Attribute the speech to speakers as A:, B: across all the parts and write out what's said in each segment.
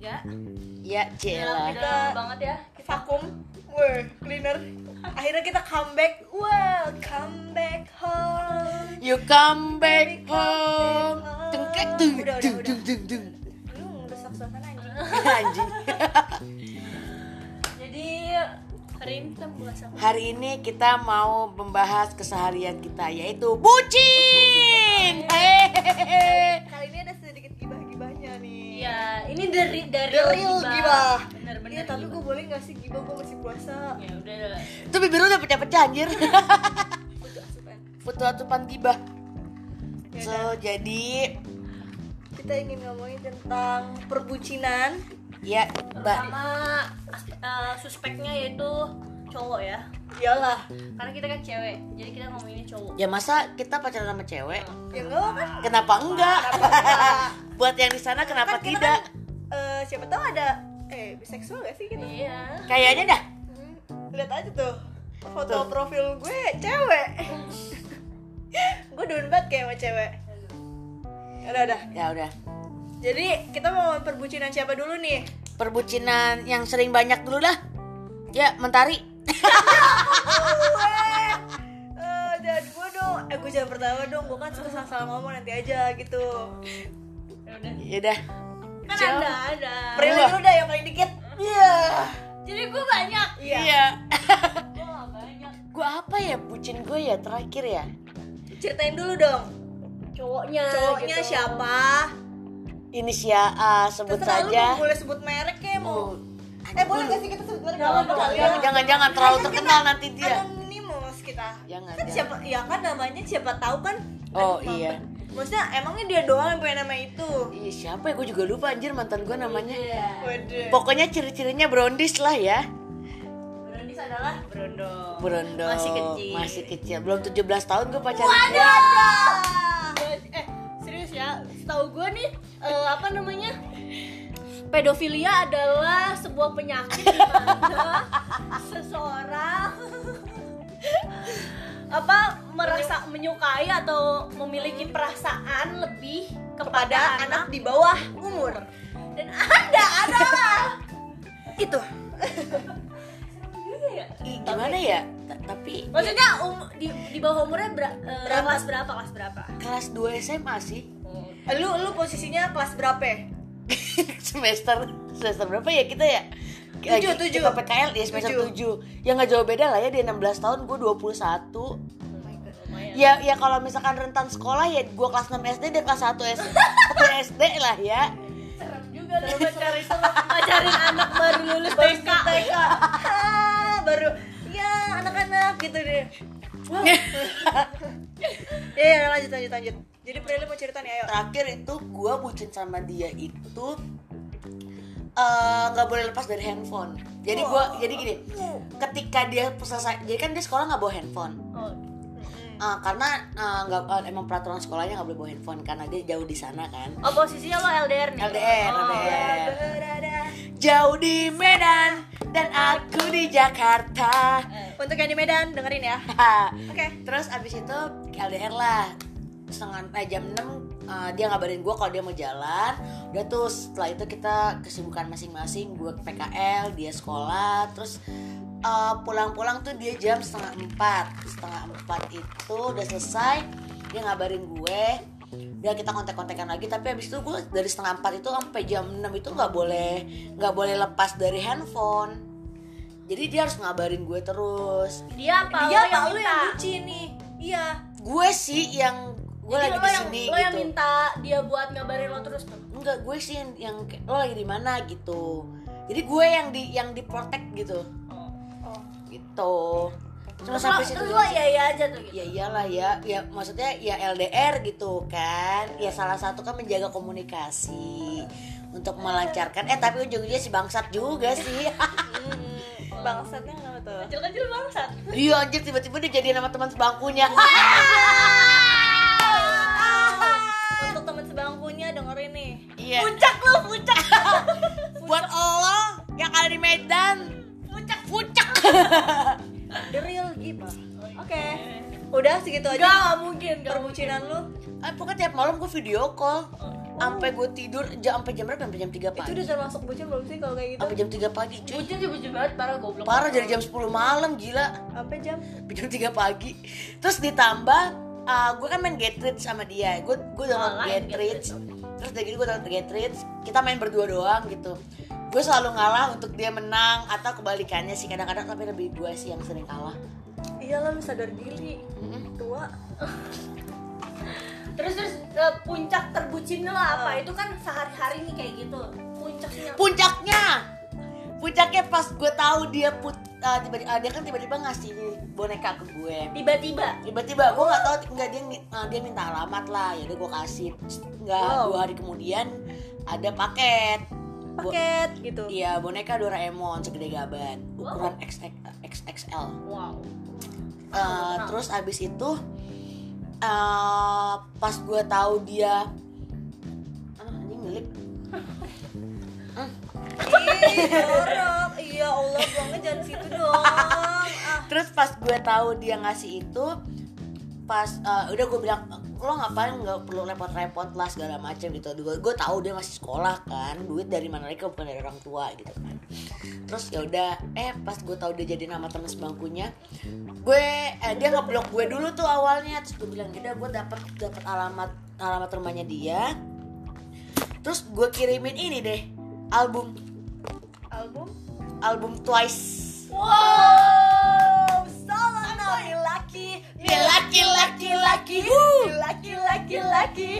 A: Ya,
B: Dalam kita
A: Jela.
C: Kita-
B: banget ya.
C: vakum wah cleaner akhirnya kita comeback welcome back home
A: You come back home. Cengkek dung
C: Udah, udah,
A: dung
C: udah.
A: dung dung dung.
C: lu udah saksokan anjing
A: Anjing.
B: Jadi hari ini kita membahas apa?
A: Hari ini kita mau membahas keseharian kita yaitu bucin. Hehehe.
C: kali ini ada sedikit gibah gibahnya nih
B: Iya, ini dari dari
C: The real gibah.
B: Bener-bener.
C: Iya, tapi gue
B: gibah.
C: boleh gak sih gibah gue masih puasa
B: ya udah lah.
A: Itu bibir lu udah pecah-pecah anjir.
C: Butuh asupan.
A: Putu atupan gibah.
C: Ya
A: So, jadi
C: kita ingin ngomongin tentang perbucinan
A: ya ba-
B: Pertama as- eh, suspeknya yaitu cowok ya.
C: iyalah
B: Karena kita kan cewek, jadi kita ngomonginnya cowok.
A: ya masa kita pacaran sama cewek?
C: ya enggak apa
A: Kenapa enggak?
C: enggak?
A: Buat yang di sana kenapa
C: Kan
A: tidak?
C: kita kan, eh, siapa tahu ada eh biseksual gak sih kita
B: Iya.
A: Kayaknya dah.
C: Hmm, lihat aja tuh foto
A: Tuh.
C: profil gue cewek gue down banget kayak sama cewek udah udah
A: Ya udah.
C: jadi kita mau ngomongin perbucinan siapa dulu nih
A: Perbucinan yang sering banyak dulu lah. Ya, mentari.
C: gue Eh, dan gue dong eh gue jangan pertama dong gue kan suka salah ngomong nanti aja gitu
B: Ya udah.
A: Ya udah.
B: Kan
A: Cewek.
B: ada ada.
C: Prilly
A: Gua.
C: dulu dah yang paling dikit iya
B: Jadi gue banyak.
C: iya
B: Gue gak Oh, banyak.
A: Gua apa ya bucin gue ya terakhir ya?
C: ceritain dulu dong
B: Cowoknya.
C: cowoknya
B: gitu.
C: siapa
A: Inisial A sebut
C: terserah lu
A: saja. Oh,
C: mau boleh sebut merek ya mau eh boleh gak sih kita sebut merek
B: Jangan,
C: Nggak apa-apa.
B: jangan,
A: Jangan-jangan terlalu
C: Kan kita
A: terkenal nanti dia.
C: anonymous kita
A: Jangan,
C: kan
A: jangan.
C: siapa ya kan namanya siapa tahu kan
A: Oh,
C: Aduh,
A: iya.
C: mampet. maksudnya emangnya dia doang yang punya nama itu
A: Iya, siapa ya? Gue juga lupa anjir mantan gue namanya.
B: Iya.
C: waduh
A: Pokoknya ciri-cirinya brondis lah ya.
B: Brondis adalah berondong.
A: Brondo.
B: Masih kecil.
A: Masih kecil. Belum 17 tahun gue pacaran.
B: eh serius ya setahu gue nih eh, apa namanya pedofilia adalah sebuah penyakit di mana seseorang apa merasa menyukai atau memiliki perasaan lebih Hmm. kepada anak
C: di bawah umur
B: dan ada adalah
C: itu
A: Ih, gimana ya? Ta- Tapi
B: maksudnya um- di, di bawah umurnya ber- eh,
C: Berapa?
B: kelas berapa Oh. kelas berapa
A: kelas 2 SMA sih.
C: Eh, lu lu posisinya kelas berapa ya?
A: semester semester berapa ya kita ya? Kita-
C: Tujuh, tujuh.
A: Kita PKL ya semester
C: Tujuh.
A: 7. Ya nggak jauh beda lah ya dia 16 tahun, gue 21.
B: lumayan
A: Ya ya kalau misalkan rentan sekolah ya gue kelas 6 SD dia kelas 1 S- SD lah ya.
B: serem juga lu pacarin pacarin anak baru lulus TK
C: TK Ah, baru ya anak-anak gitu deh Wow. ya, ya, lanjut lanjut lanjut jadi Prilly mau cerita nih ayo
A: Terakhir itu gue bucin sama dia itu eh, nggak boleh lepas dari handphone. Jadi gue jadi gini, ketika dia selesai, jadi kan dia sekolah nggak bawa handphone.
B: oh,
A: Eh, karena eh, nggak eh, emang peraturan sekolahnya nggak boleh bawa handphone karena dia jauh di sana kan.
B: oh posisinya lo LDR nih
A: LDR,
B: Oh.
A: LDR.
C: Berada.
A: Jauh di Medan dan aku di Jakarta.
C: untuk yang di Medan dengerin ya oke
A: Terus abis itu LDR lah setengah eh, jam 6 eh, dia ngabarin gue kalau dia mau jalan udah tuh setelah itu kita kesibukan masing-masing gue ke PKL dia sekolah terus eh, pulang-pulang tuh dia jam setengah empat setengah empat itu udah selesai dia ngabarin gue udah kita kontak-kontakan lagi tapi abis itu gue dari setengah empat itu sampai jam 6 itu nggak boleh nggak boleh lepas dari handphone jadi dia harus ngabarin gue terus
B: dia apa
C: dia
B: lo yang
C: apa lu
B: minta
C: yang bucin nih iya
A: gue sih yang gue
B: Jadi Iya,
A: lagi
B: lo
A: di
B: yang
A: sini
B: lo yang
A: gitu
B: minta dia buat ngabarin lo terus tuh
A: enggak gue sih yang, yang kayak, lo lagi di mana gitu jadi gue yang di yang di protect gitu
C: oh.
A: gitu cuma
B: terus
A: sampai
B: lo-
A: situ
B: terus lo
A: doang sih.
B: iya iya aja tuh gitu
A: ya iyalah ya ya maksudnya ya LDR gitu kan ya salah satu kan menjaga komunikasi untuk melancarkan eh tapi ujung-ujungnya si bangsat juga sih
C: Hmm, bangsatnya kenapa tuh?
B: kecil kecil bangsat
A: iya anjir tiba-tiba dia jadi nama teman sebangkunya
B: Ah!
C: Untuk teman sebangkunya dengerin nih.
A: iya
B: puncak lo puncak
A: buat Allah yang ada di Medan
B: puncak
A: puncak
C: The real gibah. Oke. Udah segitu
B: enggak
C: aja
B: nggak mungkin nggak mungkin.
C: perbucinan lu.
A: Eh, Ah, pokoknya tiap malam gue video call. sampai gue tidur jam sampai jam berapa sampai jam 3
C: Itu
A: pagi
C: udah termasuk bocor belum sih kalau kayak gitu?
A: sampai jam 3 pagi cuy
B: Bucin sih bucin banget, parah goblok
A: parah dari jam 10 malam gila
C: Sampai jam
A: Sampai jam 3 pagi terus ditambah ah, gue kan main get rich sama dia gue gue download
B: Online
A: get
B: Get
A: rich
B: Rich.
A: terus dari gitu gue download get rich kita main berdua doang gitu gue selalu ngalah untuk dia menang atau kebalikannya sih kadang-kadang tapi lebih gue sih yang sering kalah
C: iyalah lu sadar diri.
A: Mm-mm.
C: Tua.
B: Terus terus eh, puncak terbucinnya lah apa? Itu kan sehari-hari nih kayak gitu. Puncaknya.
A: puncaknya puncaknya pas gue tahu dia put ah, tiba ah, dia kan tiba-tiba ngasih boneka ke gue
B: Tiba-tiba.
A: tiba-tiba gue nggak tahu nggak dia eh, dia minta alamat lah ya gue kasih nggak
C: Wow.
A: dua hari kemudian ada paket Bo-
C: Paket gitu.
A: Iya boneka Doraemon segede gaban ukuran XX XXL.
B: Wow.
A: Eh, terus abis itu eh, pas gue tahu dia ah, Aduh, anjing ngelip.
C: Ih, jorok. Iya Ya Allah, buangnya jangan situ dong. Ah,
A: Terus pas gue tahu dia ngasih itu pas eh, udah gue bilang lo ngapain nggak perlu repot-repot lah segala macam gitu gue gue tahu dia masih sekolah kan duit dari mana lagi kalau bukan dari orang tua gitu kan terus ya udah eh pas gue tahu dia jadi nama teman sebangkunya gue eh, dia ngeblok gue dulu tuh awalnya terus gue bilang "Ya udah gue dapet dapet alamat alamat rumahnya dia terus gue kirimin ini deh album
C: album
A: album Twice
C: Wow, solo now
B: ya?
C: laki,
A: Dia laki laki laki
C: laki laki laki.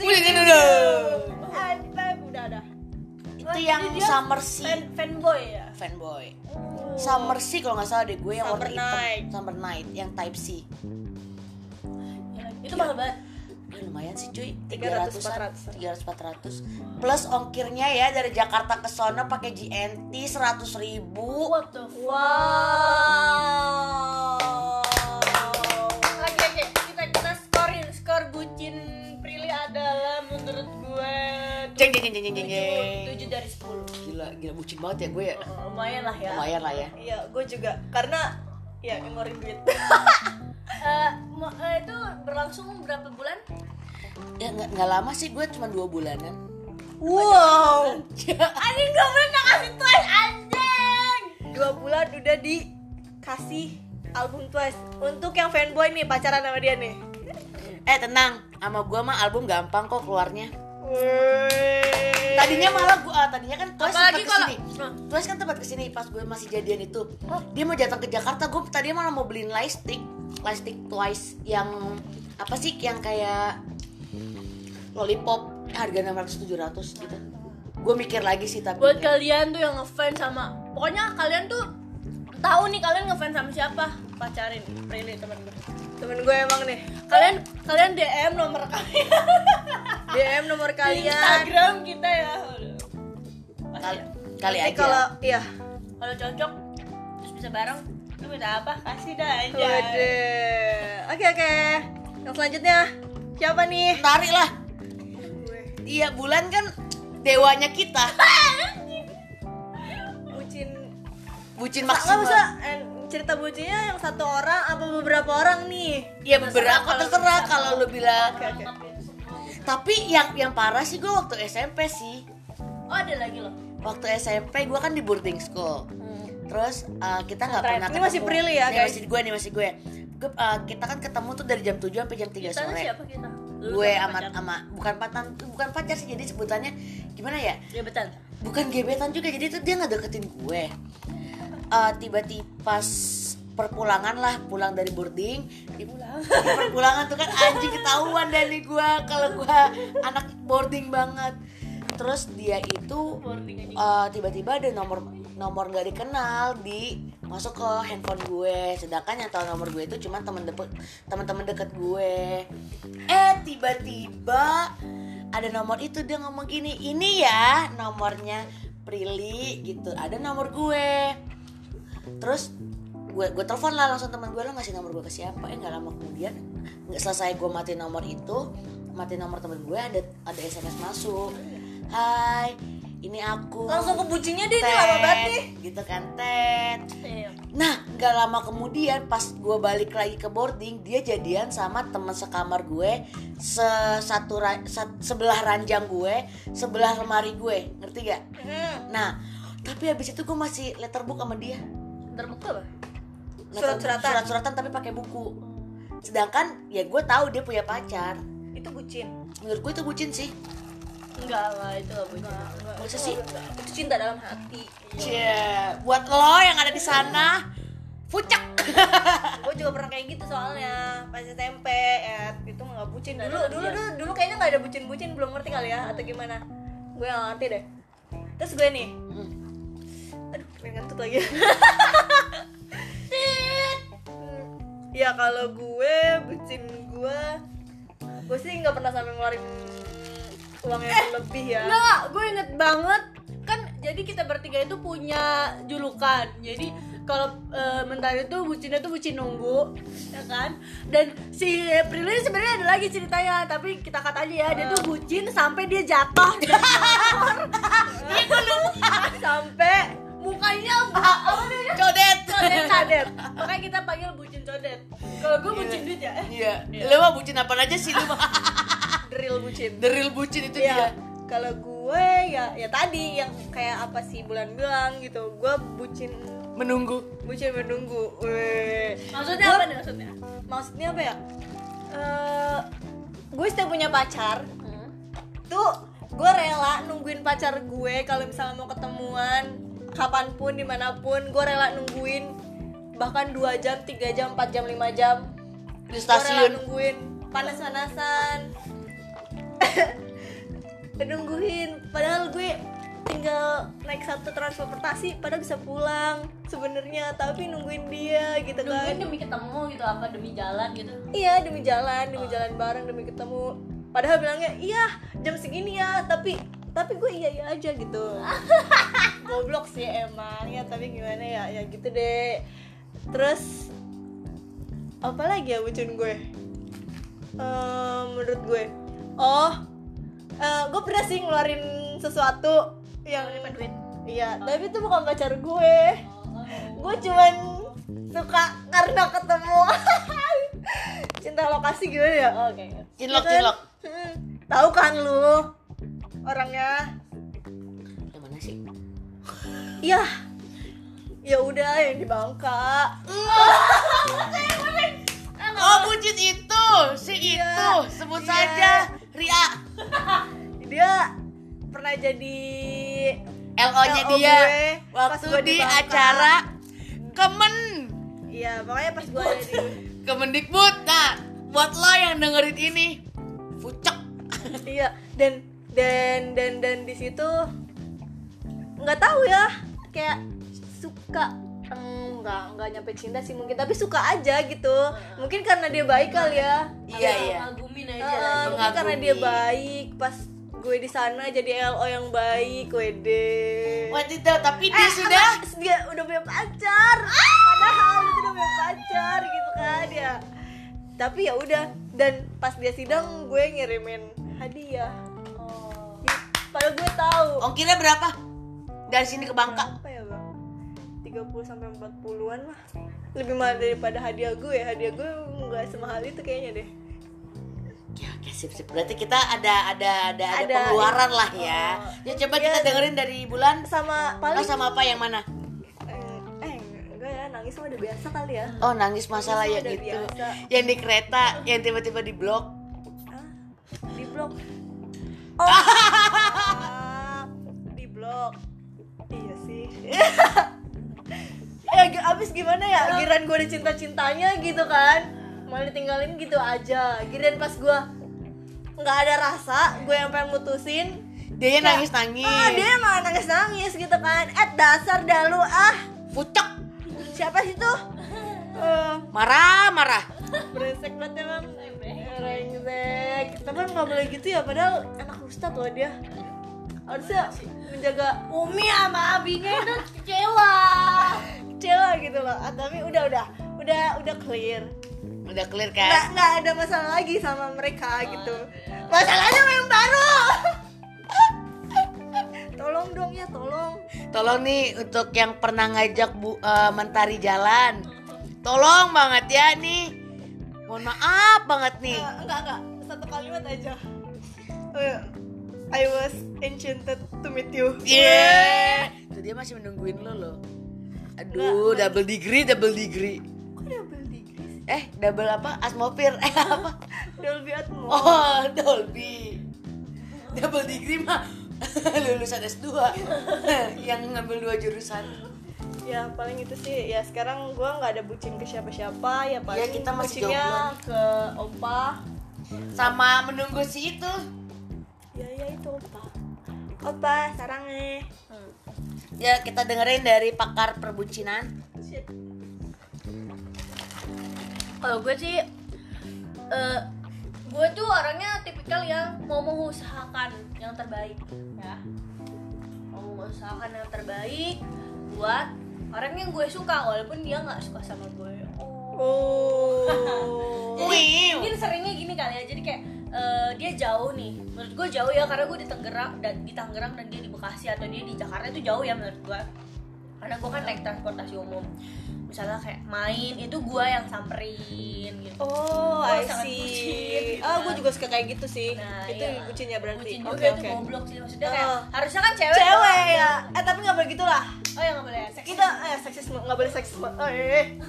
A: Wih, ini dong.
C: I'm fan udah ada.
A: itu yang
B: Jadi dia
A: summer sea
B: Fan fanboy ya.
A: fanboy summer sea kalau nggak salah deh gue yang warna
C: Summer
A: hitam
C: night.
A: summer night yang type C
B: Ya, Itu mahal banget.
A: Ih, lumayan sih cuy
C: 300,
A: 300 300 400 plus ongkirnya ya dari Jakarta ke sono pakai GNT 100 ribu
B: What the fuck? Oke oke, kita kita skorin skor bucin Prilly adalah menurut gue
A: jeng jeng jeng jeng jeng jeng, jeng.
B: 7, dari 10.
A: gila gila bucin banget ya gue ya
B: Oh, lumayan lah ya.
A: lumayan lah ya
C: Iya, gue juga karena ya ngeluarin duit.
B: Eh, mo- eh, itu berlangsung berapa bulan?
A: ya nggak nggak lama sih gue cuma dua bulanan
C: wow,
B: Anjing gue pernah kasih twice anjing.
C: dua bulan udah dikasih album Twice. Untuk yang fanboy nih pacaran sama dia nih.
A: eh tenang sama gue mah album gampang kok keluarnya
C: Wih.
A: tadinya malah gua ah, tadinya kan Twice
B: Apalagi
A: sempat
B: kalau-
A: kesini Twice kan tempat kesini pas gue masih jadian itu dia mau datang ke Jakarta gue tadinya malah mau beliin lightstick lightstick Twice yang apa sih yang kayak lollipop harga 600 700 gitu gue mikir lagi sih tapi
B: Buat kalian tuh yang ngefans sama pokoknya kalian tuh tahu nih kalian ngefans sama siapa? Pacarin Prilly temen gue.
C: Temen gue emang nih.
B: Kalian kalian DM nomor kalian
C: DM nomor
B: di
C: kalian.
B: Instagram kita ya.
A: kali, kali
C: Nanti
A: aja
C: kalau iya.
B: Kalau cocok terus bisa bareng lu minta apa kasih dah aja
C: Waduh. Oke oke. Yang selanjutnya siapa nih?
A: tarik lah iya bulan kan dewanya kita
C: Bucin.
A: bucin
C: Nggak bisa
A: maksimal
C: eh, cerita bucinnya yang satu orang apa beberapa orang nih?
A: ya beberapa terserah kalau lu bilang
C: Oke oke.
A: tapi yang yang parah sih gue waktu SMP sih
B: oh ada lagi loh
A: waktu SMP gue kan di boarding school terus uh, kita nggak
C: Terakhir.
A: pernah
C: Ini masih
A: ketemu.
C: Prilly ya,
A: Ini
C: guys.
A: masih gue nih masih gue Gue, uh, kita kan ketemu tuh dari jam 7 sampai jam 3
B: kita
A: sore
B: siapa kita Lu
A: Iya, gue
B: sama
A: amat
B: pacar.
A: ama bukan pacar bukan pacar sih jadi sebutannya gimana ya
B: ya betul
A: bukan gebetan juga jadi tuh dia nggak deketin gue Eh, tiba-tiba pas perpulangan lah pulang dari boarding di, di perpulangan tuh kan anjing ketahuan dari gue kalau gue anak boarding banget terus dia itu
B: boarding aja
A: eh, tiba-tiba ada nomor nomor nggak dikenal di masuk ke handphone gue sedangkan yang tahu nomor gue itu cuma teman deket teman-teman deket gue eh tiba-tiba ada nomor itu dia ngomong gini ini ya nomornya Prilly gitu ada nomor gue terus gue gue telepon lah langsung teman gue lo ngasih nomor gue ke siapa eh nggak lama kemudian nggak selesai gue matiin nomor itu matiin nomor temen gue ada ada sms masuk hai ini aku
C: Langsung ke bucinnya dia nih
A: Tet,"
C: lama banget nih.
A: gitu kan tet
B: Iya.
A: Nah, nggak lama kemudian pas gue balik lagi ke boarding, dia jadian sama teman sekamar gue, se- satu ra- sat- sebelah ranjang gue, sebelah lemari gue, ngerti gak?
C: Hmm,
A: Nah, tapi habis itu gue masih letterbook sama dia.
B: Terbuka apa?
A: Letter-
C: Surat-suratan.
A: Surat-suratan tapi pakai buku. Sedangkan ya gue tahu dia punya pacar.
C: itu bucin.
A: Menurut gue itu bucin sih.
B: Enggak lah, itu gak bucin.
A: Masa sih?
C: Itu cinta dalam hati.
A: Cie, buat lo yang ada di sana, pucak.
C: gue juga pernah kayak gitu soalnya pas SMP ya itu nggak bucin
B: Nggak
C: dulu
B: ada
C: dulu
B: bucin.
C: dulu dulu kayaknya nggak ada bucin bucin belum ngerti kali ya atau gimana gue nggak ngerti deh terus gue nih aduh pengen ngentut lagi ya kalau gue bucin gue gue sih nggak pernah sampai ngeluarin uang
B: Eh.
C: yang lebih ya
B: Enggak, gue inget banget kan jadi kita bertiga itu punya julukan. Jadi kalau eh, mentari itu bucinnya tuh bucin nunggu, ya kan? Dan si Prilly sebenarnya ada lagi ceritanya, tapi kita kata aja ya, dia tuh bucin sampai dia jatuh dari motor. Itu Iya, lupa sampai mukanya apa namanya?
A: Codet.
B: Codet, codet. Makanya kita panggil bucin codet. Kalau gue bucin duit ya.
A: Iya, lo mah bucin apa aja sih lo mah?
C: drill bucin
A: The real bucin itu dia.
C: Iya. Kalau gue ya ya tadi yang kayak apa sih bulan bilang gitu. Gue bucin
A: Menunggu.
C: bucin menunggu. Weh.
B: Maksudnya apa nih maksudnya?
C: Maksudnya apa ya? Eh, gue setiap punya pacar tuh gue rela nungguin pacar gue kalau misalnya mau ketemuan kapanpun dimanapun gue rela nungguin bahkan 2 jam 3 jam 4 jam 5 jam
A: Di
C: Gua rela
A: stasiun.
C: nungguin panas-panasan nungguin padahal gue tinggal naik satu transportasi padahal bisa pulang sebenarnya tapi nungguin dia gitu
B: Nungguin
C: kan
B: demi ketemu gitu apa demi jalan gitu.
C: iya demi jalan demi jalan bareng demi ketemu padahal bilangnya iya jam segini ya tapi tapi gue iya iya aja gitu goblok sih emang ya tapi gimana ya ya gitu deh terus apa lagi ya bucin gue Eh, menurut gue oh eh, gue pernah sih ngeluarin sesuatu yang
B: duit.
C: iya tapi itu bukan pacar gue Oh. gue cuman suka karena ketemu cinta lokasi gimana ya oke
A: Cinlok,
C: Ya kan?
A: cinlok.
C: Mm, tahu kan lu orangnya
A: Yang mana sih?
C: Iya. Ya udah yang di Bangka.
A: Oh, bucin itu, si
C: Iya,
A: itu, sebut
C: iya.
A: saja Ria.
C: Dia pernah jadi
A: LO-nya
C: LO
A: dia
C: gue pas
A: waktu
C: gue di
A: di
C: Bangka.
A: acara Kemen
C: Iya, makanya pas gue ada di
A: Kemendikbud. Nah, buat lo yang dengerin ini, pucek.
C: Iya, dan dan dan dan di situ nggak tahu ya, kayak suka Mm, nggak nggak nyampe cinta sih mungkin tapi suka aja gitu mungkin karena dia baik kali ya
A: Iya, iya.
B: Ngagumin aja.
C: Heeh,
B: lah.
C: mungkin karena dia
A: Mengagumi.
C: baik pas gue di sana jadi LO yang baik wede
A: Oh, Wadidaw, tapi dia sudah
C: Eh, apa? dia udah punya pacar padahal itu udah punya pacar gitu kan ya tapi ya udah dan pas dia sidang gue ngirimin hadiah
A: Oh.
C: padahal gue tahu
A: ongkirnya berapa? Dari sini ke Bangka.
C: apa ya bang 30 sampai 40-an lah lebih mahal daripada hadiah gue hadiah gue nggak semahal itu kayaknya deh
A: Oke, oke, sip, sip. Berarti kita ada ada ada ada,
C: Ada-
A: pengeluaran lah ya. Ya coba kita
C: Iya.
A: dengerin dari bulan lo
C: sama paling
A: sama apa yang mana?
C: eh, eh enggak ya nangis mah udah biasa kali ya
A: Oh, nangis masalah ya
C: Udah
A: gitu.
C: biasa.
A: Yang di kereta, yang tiba-tiba di blok.
C: Ah, di blok oh ah, di blok iya sih ya gi- abis gimana ya giran gue ada cinta cintanya gitu kan malah ditinggalin gitu aja giran pas gue nggak ada rasa gue yang pengen mutusin
A: Dia nangis-nangis.
C: ah dia malah nangis nangis gitu kan eh dasar dah lu ah
A: Pucek.
C: siapa sih tuh Eh,
A: Marah, marah.
C: Brengsek banget emang Brengsek Tapi emang gak boleh gitu ya Padahal anak ustad loh dia Harusnya menjaga
B: Umi sama abinya itu kecewa.
C: cewek gitu loh Ah, Tapi udah udah Udah udah clear
A: Udah clear
C: Nggak,
A: kan?
C: nggak ada masalah lagi sama mereka gitu Masalahnya sama yang baru Tolong dong ya tolong
A: tolong nih untuk yang pernah ngajak Bu eh, Mentari jalan. Tolong banget ya nih. Mohon maaf banget nih.
C: Eh, enggak enggak satu kalimat aja Eh, I was enchanted to meet you
A: Yeah. Tuh dia masih menungguin lo loh. Aduh, double degree, double degree.
C: kok double degree
A: Eh, double apa? Asmopir. Eh, apa?
C: Dolby Atmos
A: Oh, Dolby. Double degree mah lulusan S2 yang ngambil dua jurusan.
C: ya paling itu sih ya sekarang gua nggak ada bucin ke siapa-siapa ya paling
A: kita masih
C: bucinnya ke opa
A: Sama menunggu si itu.
C: ya ya itu opa opa sarangnya
A: Ya, kita dengerin dari pakar perbucinan.
C: Shit.
B: kalau gue sih eh, gue tuh orangnya tipikal yang mau mengusahakan yang terbaik ya mau mengusahakan yang terbaik buat orang yang gue suka walaupun dia nggak suka sama gue oh.
C: oh
B: Jadi,
A: Wow.
B: mungkin seringnya gini kali ya jadi kayak eh, dia jauh nih menurut gue jauh ya karena gue di Tangerang dan di Tangerang dan dia di Bekasi atau dia di Jakarta itu jauh ya menurut gue karena gue kan naik transportasi umum misalnya kayak main itu gue yang samperin gitu
C: Oh,
B: Oh,
C: I
B: sangat bucin,
C: see.
B: gitu
C: Ah,
B: kan.
C: gue juga suka kayak gitu sih.
B: Nah,
C: itu
B: iya.
C: bucinnya berarti.
B: Bucin juga
C: Oke,
B: itu
C: oke.
B: goblok sih maksudnya kayak
C: Oh.
B: harusnya kan cewek
C: Cewek
B: doang.
C: ya. Eh, tapi nggak boleh gitulah.
B: oh ya nggak boleh ya, seksis
C: Kita eh seksisme, nggak boleh seksisme. Oh, eh.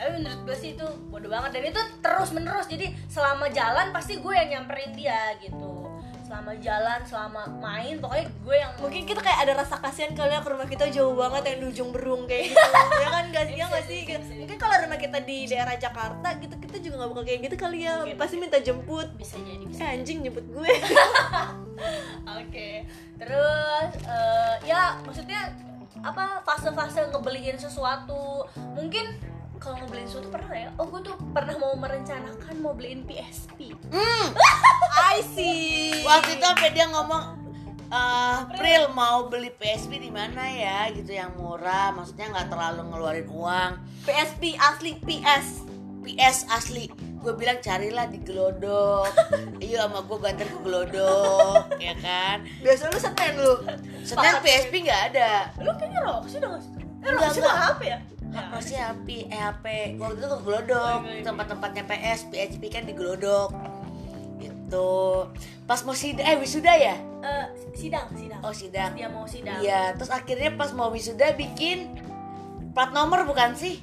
B: tapi menurut gue sih itu bodoh banget dan itu terus menerus jadi selama jalan pasti gue yang nyamperin dia gitu selama jalan selama main pokoknya gue yang
C: Mungkin kita kayak ada rasa kasihan kali ya ke rumah kita jauh banget yang di ujung berung kayak gitu. ya kan guys, ya nggak sih? Gitu. Mungkin kalau rumah kita di daerah Jakarta gitu kita juga nggak bakal kayak gitu kali ya. Pasti minta jemput.
B: bisa jadi bisa
C: Eh, anjing jemput gue.
B: oke terus eh, ya maksudnya apa fase-fase ngebeliin sesuatu mungkin kalau ngebeliin sesuatu pernah nggak ya oh gue tuh pernah mau merencanakan mau beliin PSP
A: Hmm.
C: I see.
A: Waktu itu sampai dia ngomong eh Pril mau beli PSP di mana ya gitu yang murah maksudnya nggak terlalu ngeluarin uang
C: PSP asli PS.
A: PS asli gue bilang carilah di Glodok iya sama gue ganter ke Glodok ya kan
C: Biasa lu seten lu.
A: Setiap PSP nggak ada
B: lu kayaknya Roxy udah ngasih tau. eh
A: Enggak,
B: Roxy
A: enggak.
B: udah HP ya
A: masih HP, eh HP Waktu itu ke Glodok, tempat-tempatnya PS, PSP kan di Glodok Gitu Pas mau sidang, eh wisuda ya?
B: Eh, sidang sidang
A: Oh sidang
B: dia mau sidang
A: Iya, terus akhirnya pas mau wisuda bikin plat nomor bukan sih?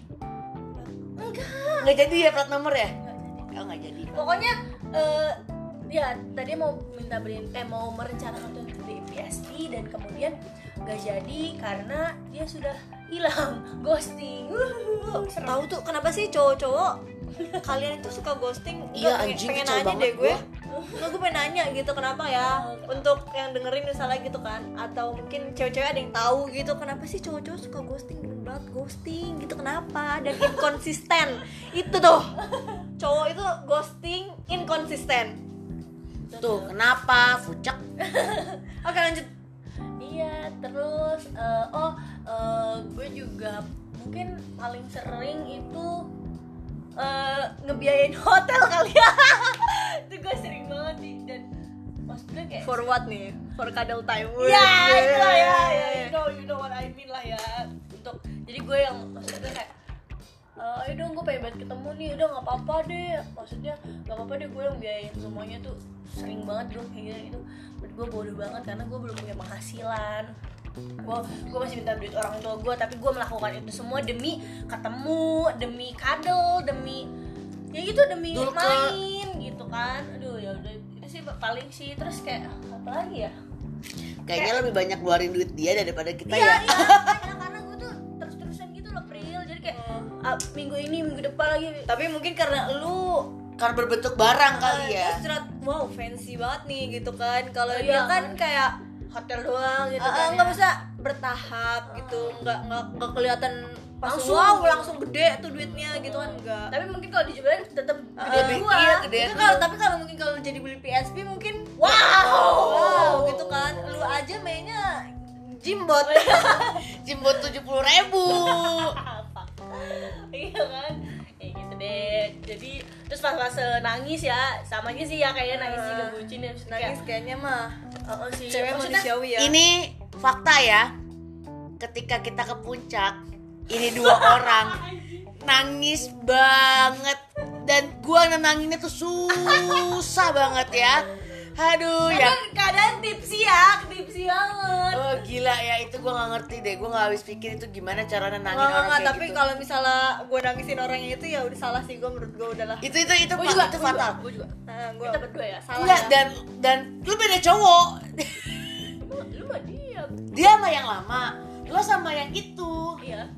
A: Enggak. Enggak jadi ya plat nomor ya? Oh, enggak jadi.
B: pokoknya eh ya tadi mau minta beliin eh mau merencanakan untuk beli PSP dan kemudian gak jadi karena dia sudah hilang ghosting Wuhu, serem.
C: tahu tuh kenapa sih cowok-cowok kalian itu suka ghosting Gua
A: Iya,
C: pengen,
A: anjing,
C: pengen
A: kecil
C: nanya
A: banget
C: deh gue Nggak, gue pengen nanya gitu kenapa ya untuk yang dengerin misalnya gitu kan atau mungkin cewek-cewek ada yang tahu gitu kenapa sih cowok-cowok suka ghosting Demen banget ghosting gitu kenapa dan inkonsisten itu tuh cowok itu ghosting inkonsisten
A: Tuh, kenapa? Fucek.
C: oke lanjut
B: iya terus eh, oh eh, gue juga mungkin paling sering itu eh, ngebiayain hotel kali ya itu gue sering banget sih dan maksudnya kayak
C: for what nih for cuddle time
B: ya itulah ya, ya you know you know what I mean lah ya untuk jadi gue yang maksudnya kayak eh ayo dong gue pengen banget ketemu nih udah nggak apa-apa deh maksudnya nggak apa-apa deh gue yang biayain semuanya tuh sering banget dong kayak gitu menurut gue bodoh banget karena gue belum punya penghasilan gue gue masih minta duit orang tua gue tapi gue melakukan itu semua demi ketemu demi kadel demi ya gitu demi
A: Dulke.
B: main gitu kan aduh ya udah itu sih paling sih terus kayak apa lagi ya
A: Kayaknya lebih banyak ngeluarin duit dia daripada kita
B: Iya,
A: ya.
B: iya, makanya karena gue tuh terus-terusan gitu loh, Pril. Jadi kayak ah, minggu ini, minggu depan lagi.
C: tapi mungkin karena lu
A: Karena berbentuk barang kali ya.
C: Terus terlihat, wow fancy banget nih gitu kan. Kalau
B: Iya,
C: dia kan
B: kan.
C: kayak
B: Hotel doang gitu
C: eh,
B: kan. ya.
C: nggak
B: Ah.
C: bisa bertahap gitu, nggak nggak nggak kelihatan pas
B: Langsung.
C: wow langsung gede tuh duitnya gitu kan enggak.
B: Tapi mungkin kalau dijualin tetap gede
A: Lebih-
B: gua.
A: iya, gede.
C: kalau tapi kalau mungkin kalau jadi beli PSP mungkin
B: Wow.
C: wow gitu kan. Lu aja mainnya jimbot.
B: Oh, iya.
A: Jimbot 70 ribu.
B: Apa? iya kan? Ya gitu deh. Jadi terus pas-pas nangis ya, sama aja sih ya kayaknya nangis juga bucin ya. Maksudnya
C: Nangis kayaknya mah
B: kayak, oh, oh, sih.
C: cewek
B: Maksudnya,
C: manusiawi ya.
A: Ini fakta ya. ketika kita ke puncak ini dua orang nangis banget dan gua nenanginnya tuh susah banget ya aduh ya
B: Kadang, kadang tipsi kan ya, tipsi banget.
A: oh gila ya itu gua nggak ngerti deh gua nggak habis pikir itu gimana cara nenangin
C: Nggak, nggak,
A: orang
C: nggak,
A: kayak
C: tapi
A: gitu.
C: kalau misalnya gue nangisin orangnya itu ya udah salah sih gue menurut gue udahlah
A: itu itu itu
B: Gue
A: fa-
B: juga,
A: itu
B: gua
A: fatal
B: juga, gua juga.
C: nah, gue
B: Kita berdua ya, salah
A: enggak
B: ya.
A: dan dan lu beda cowok
B: Lu, lu mah diam.
A: dia sama yang lama lo sama yang itu
B: Iya.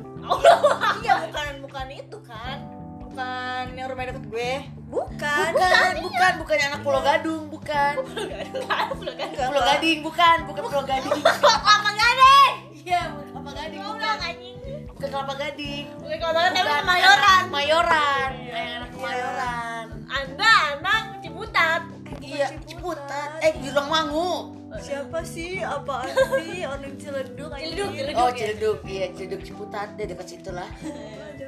C: iya bukan bukan itu kan bukan yang rumahnya deket gue bukan
A: bukan bukan bukan yang anak Pulau Gadung bukan
B: Enggak ada lu kan.
C: Enggak,
A: Pulau
C: enggak.
A: Gading bukan bukan Pulau Gading
B: Kelapa gading.
A: iya bukan Kelapa Gading bukan
B: anjing.
A: bukan Kelapa Gading
B: Bukan kelapa gading tapi
A: Bukan
B: kemayoran.
A: anak Mayoran Iya, yang anak Mayoran
B: Anda anak Ciputat.
A: iya Ciputat eh Jurang Mangu
C: siapa sih apaan sih orang ciledug anjing.
B: Ciledug, Ciledug.
A: oh Ciledug iya Ciledug Ciputat dia dekat situ lah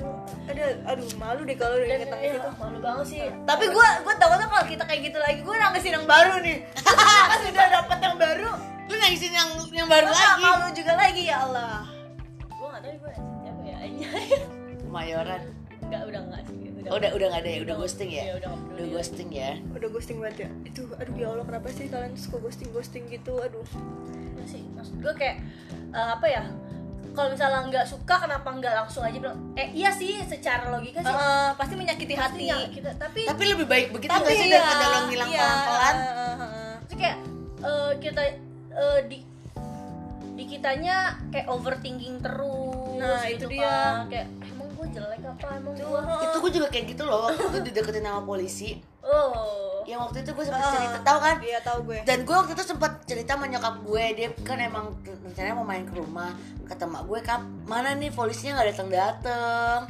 C: Aduh, aduh, aduh malu deh kalau udah inget tangan itu
B: malu banget sih.
C: tapi gue gue takutnya kalau kita kayak gitu lagi gue nangisin yang baru nih pas udah dapet yang baru
A: lu nangisin yang yang baru
C: gue gak
A: lagi
C: malu juga lagi ya Allah
B: Gue enggak tahu gue siapa ya.
A: Mayoran
B: Enggak udah enggak sih.
A: oh, udah udah nggak ada ya udah ghosting
B: Iya,
A: ya
B: udah nggak
A: udah
B: peduli.
A: ghosting ya
C: udah ghosting banget ya itu aduh ya Allah kenapa sih kalian suka ghosting ghosting gitu aduh
B: Nggak sih maksud gue kayak eh, apa ya kalau misalnya nggak suka kenapa nggak langsung aja bilang eh iya sih secara logika sih
C: Eh, pasti menyakiti hati
B: iya, kita tapi
A: tapi lebih baik begitu nggak sih daripada lo ngilang
C: iya,
A: pelan-pelan
C: eh, eh, eh.
B: maksudnya kayak eh, kita eh, di di kitanya kayak overthinking terus
C: Nah,
B: gitu
C: itu dia.
B: kan. kayak emang gue jelek apa emang
C: Tuh,
B: gue
A: itu gue juga kayak gitu loh waktu itu dideketin sama polisi
B: oh
A: yang waktu itu gue
C: eh,
A: sempat cerita
C: eh.
A: tahu kan
C: iya tahu gue
A: dan gue waktu itu sempat cerita sama nyokap gue dia kan emang rencananya mau main ke rumah kata mak gue kap mana nih polisinya nggak datang datang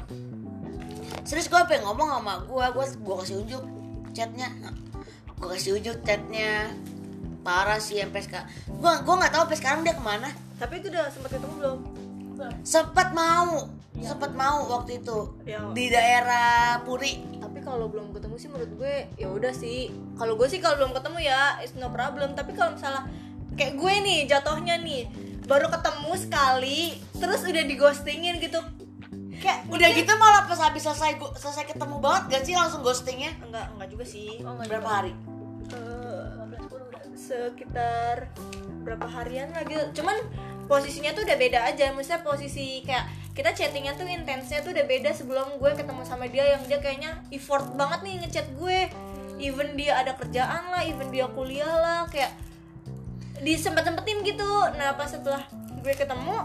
A: serius gue pengen ngomong sama gue gue gue kasih unjuk chatnya gue kasih unjuk chatnya parah sih sampai sekarang gue gue nggak tahu sampai sekarang dia kemana
C: tapi itu udah sempat ketemu belum
A: sempat mau sempat mau waktu itu
C: Ya.
A: di daerah Puri
C: tapi kalau belum ketemu sih menurut gue ya udah sih kalau gue sih kalau belum ketemu ya it's no problem tapi kalau misalnya kayak gue nih jatohnya nih baru ketemu sekali terus udah digostingin gitu kayak
A: udah gitu malah pas habis selesai gu- selesai ketemu banget gak sih langsung ghostingnya
C: enggak enggak juga sih
B: oh nggak
A: berapa hari
C: Eh,
B: udah
C: sekitar berapa harian lagi cuman posisinya tuh udah beda aja maksudnya posisi kayak kita chattingan tuh intensnya tuh udah beda sebelum gue ketemu sama dia yang dia kayaknya effort banget nih ngechat gue even dia ada kerjaan lah even dia kuliah lah kayak disempet-sempetin gitu nah pas setelah gue ketemu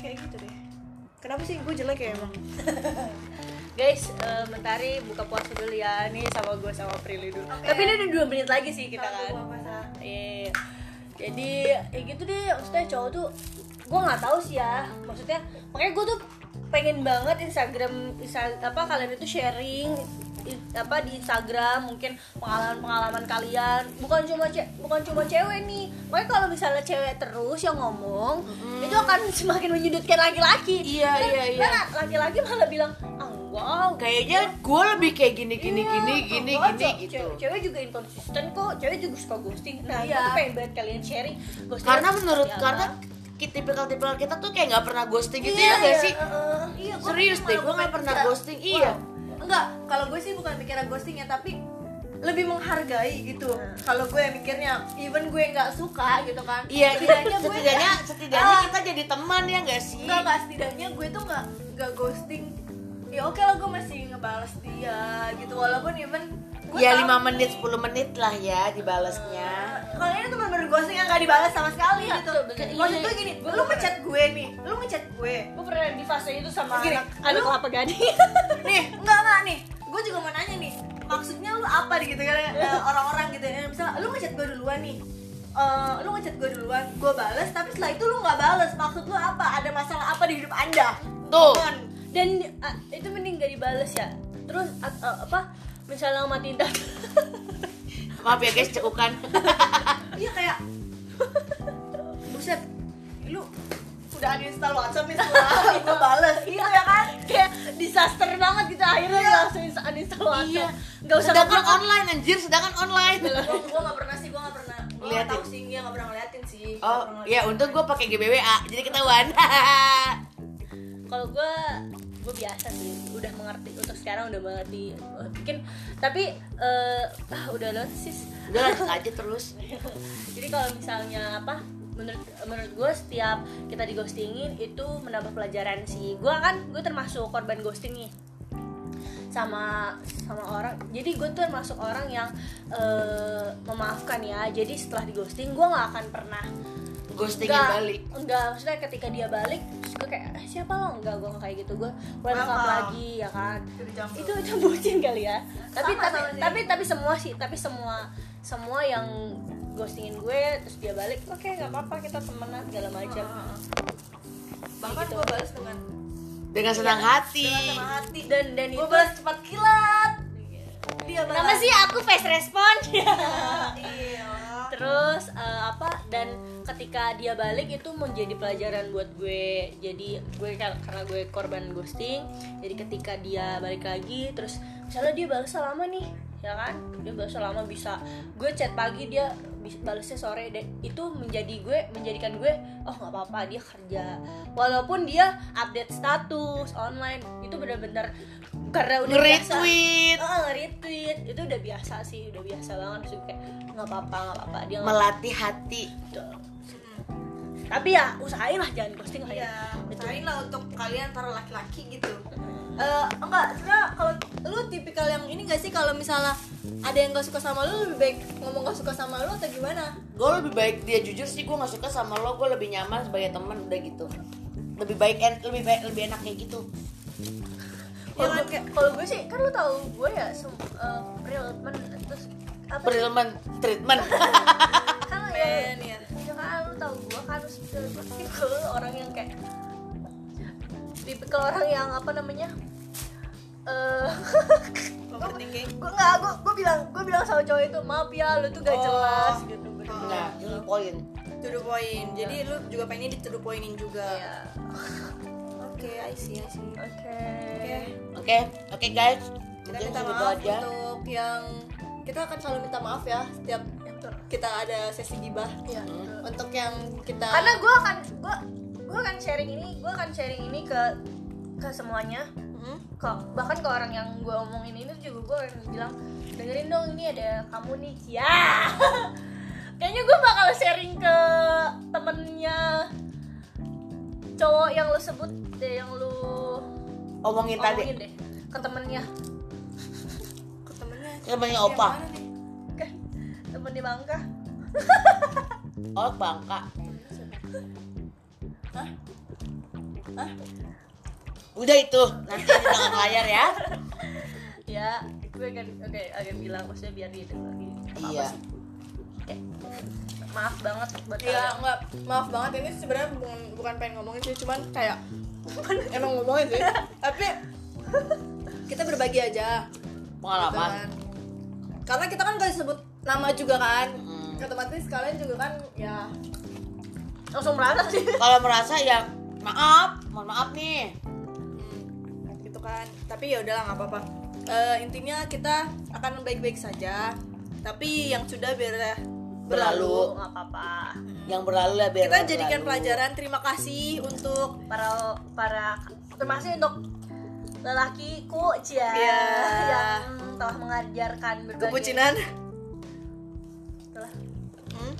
C: kayak gitu deh kenapa sih gue jelek ya emang
B: Guys, eh, mentari buka puasa dulu ya nih sama gue sama Prilly dulu. Tapi ini udah dua menit lagi sih kita kan. Iya. Jadi ya gitu deh maksudnya cowok tuh gue nggak tahu sih ya maksudnya makanya gue tuh pengen banget Instagram Insta- apa kalian itu sharing i- apa di Instagram mungkin pengalaman-pengalaman kalian bukan cuma ce- bukan cuma cewek nih makanya kalau misalnya cewek terus yang ngomong itu akan semakin menyudutkan laki-laki
A: Iya,
B: Dan-
A: iya, iya.
B: dan laki-laki malah bilang ah wow Iya, ah,
A: kayaknya gue lebih kayak gini gini gini gini gini gitu
B: cewek, cewek juga inconsisten kok cewek juga suka ghosting nah
C: Iya.
B: iya. tuh pengen banget kalian sharing ghosting
A: karena menurut
B: seperti apa.
A: karena ki- tipikal-tipikal kita tuh kayak nggak pernah ghosting gitu
B: kan? Iya,
A: ya gak
B: iya,
A: sih
B: heeh. iya, gua
A: serius
B: malah
A: deh gue nggak
B: bukan
A: pernah
B: bisa-
A: ghosting iya
C: enggak kalau gue sih bukan pikiran ghosting ya tapi lebih menghargai gitu kalau gue mikirnya even gue nggak suka gitu kan
A: iya
C: setidaknya gue Eh,
A: setidaknya setidaknya kita jadi teman ya gak sih
C: enggak enggak setidaknya gue tuh nggak nggak ghosting ya oke lah gue masih ngebales dia gitu walaupun even gue
A: ya
C: tahu
A: lima
C: nih,
A: menit 10 menit lah ya dibalesnya
C: kalau ini tuh bener-bener ghosting yang gak dibalas sama sekali
B: Iya,
C: gitu
B: betul, betul.
C: maksud
B: Iya,
C: gue
B: iya.
C: gini lu ngechat gue nih lu ngechat gue
B: gue pernah di fase itu sama
C: Gini,
B: anak anak kelapa gading
C: nih enggak enggak nih gue juga mau nanya nih maksudnya lu apa nih gitu kan eh, orang-orang gitu ya misalnya lu ngechat gue duluan nih Eh, lu ngechat gue duluan gue bales tapi setelah itu lu nggak bales maksud lu apa ada masalah apa di hidup anda
A: tuh
C: Kan?
B: dan ah, itu mending gak dibales ya terus at- eh, apa misalnya matiin data
A: maaf ya guys cekukan
C: iya kayak buset lu udah uninstall WhatsApp nih setelah gue bales
B: Iya.
A: Iya,
C: gitu ya kan
B: kayak disaster banget gitu akhirnya langsung insta- uninstall WhatsApp
A: Iya.
B: nggak usah
A: sedangkan
B: ngobrol.
A: online anjir sedangkan online
C: gue gue nggak pernah sih gue nggak pernah Gua nggak
A: ngeliatin.
C: tahu sih dia nggak pernah ngeliatin sih Nggak
A: Oh,
C: pernah
A: ya untung gue pakai GBWA, jadi ketahuan.
B: kalau gue gue biasa sih udah mengerti untuk sekarang udah mengerti mungkin tapi eh, ah, udah lewat sis
A: Udah lanjut aja terus.
B: jadi kalau misalnya apa menurut menurut gue setiap kita dighostingin itu menambah pelajaran sih gue kan gue termasuk korban ghosting nih sama sama orang jadi gue tuh termasuk orang yang eh, memaafkan ya jadi setelah dighosting gue nggak akan pernah
A: Ghostingin
B: Enggak,
A: balik.
B: enggak maksudnya ketika dia balik terus gue kayak "Eh, siapa lo enggak gue kayak gitu gue welcome
C: Welcome.
B: lagi ya kan
C: ngeliatin. Jadi jambul.
B: itu itu bucin kali ya tapi
C: Sama,
B: tapi
C: sama sih.
B: tapi tapi semua sih tapi semua semua yang ghostingin gue terus dia balik oke nggak apa-apa kita temenan segala macam
C: Heeh. bahkan
B: Gitu.
C: gue balas dengan
A: Dengan senang hati.
C: Iya, dengan sama hati
B: dan dan itu
C: gue balas cepat kilat dia balas
B: kenapa sih aku fast respon
C: iya
B: terus eh, apa dan ketika dia balik itu menjadi pelajaran buat gue jadi gue kar- karena gue korban ghosting jadi ketika dia balik lagi terus misalnya dia balas lama nih ya kan dia balas lama bisa gue chat pagi dia bis- balesnya sore dan itu menjadi gue menjadikan gue oh nggak apa-apa dia kerja walaupun dia update status online itu benar-benar karena udah biasa-
A: Nge-retweet,
B: Oh, retweet itu udah biasa sih, udah biasa banget terus gue kayak nggak apa-apa, nggak apa-apa dia nggak
A: melatih hati.
B: betul. Tapi ya usahain lah jangan ghosting lah ya.
C: iya
B: Betul.
C: usahain lah untuk kalian para laki-laki gitu Eh, enggak sebenarnya kalau lu tipikal yang ini gak sih kalau misalnya ada yang gak suka sama lu lebih baik ngomong gak suka sama lu atau gimana
A: Gue lebih baik dia jujur sih gue nggak suka sama lo, gue lebih nyaman sebagai teman udah gitu. Lebih baik en- lebih baik lebih enak kayak gitu.
B: Kalau
C: Jangan
B: gue-
C: kayak-
B: Kalau gue sih kan lu tahu gue ya sem eh, real men terus apa sih?
A: Treatment, treatment.
B: kan
C: men ya
B: ya kan lu tahu gue kan harus real men. Gue orang yang kayak tipikal orang yang apa namanya eh
C: overthinking
B: gue nggak gue gue bilang gue bilang sama cowok itu maaf ya lu tuh gak
C: Oh.
B: jelas gitu bener-bener.
A: Nah, itu poin.
C: to the point jadi lu juga pengen di to the pointin juga
B: Iya.
C: oke I see I see oke
B: oke Iya.
A: Oke, oke guys. gitu
C: kita
A: Mungkin
C: minta
B: gitu
A: segitu
C: maaf untuk yang kita akan selalu minta maaf ya setiap kita ada sesi gibah Hmm.
B: Iya.
C: untuk yang kita
B: karena gue akan gue gue akan sharing ini gue akan sharing ini ke ke semuanya
C: Hmm?
B: ke bahkan ke orang yang gue omongin ini tuh juga gue akan bilang dengerin dong ini ada kamu nih ya kayaknya gue bakal sharing ke temennya cowok yang lu sebut deh yang lu
A: Omongin tadi.
B: omongin deh ke temennya
C: ke temennya
A: Temennya
C: Yang
A: Opa.
C: Iya, mana nih?
B: kan temen di Bangka
A: Oh, bangka.
C: Hah?
A: Udah itu, nanti di tangan layar ya.
B: ya gue akan oke akan bilang maksudnya biar dia denger gitu.
A: Iya.
B: maaf banget buat
C: Iya,
B: kalian
C: enggak. Maaf banget ini sebenarnya bukan, bukan pengen ngomongin sih, cuman kayak emang ngomongin sih. Tapi kita berbagi aja. gitu
A: Pengalaman.
C: kan. Karena kita kan gak disebut nama juga kan.
A: Hmm.
C: Otomatis kalian juga kan ya
B: langsung merana sih
A: Kalau merasa ya maaf, mohon maaf nih.
C: hmm, gitu kan. Tapi ya udahlah nggak apa-apa. Eh, intinya kita akan baik-baik saja. Tapi yang sudah biar
A: Berlalu.
B: nggak apa-apa
A: Yang berlalu lah biar
C: kita
A: berlalu.
C: jadikan pelajaran. Terima kasih untuk
B: para para termasuk untuk lelakiku cia
C: Iya.
B: yang telah mengajarkan berbagai
C: kepucinan.
B: Itulah.
C: Hmm.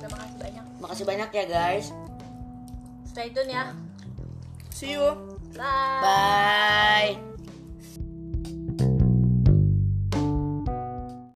B: terima kasih banyak
A: Makasih banyak ya guys.
B: stay tune ya
C: See you.
B: bye
A: Bye.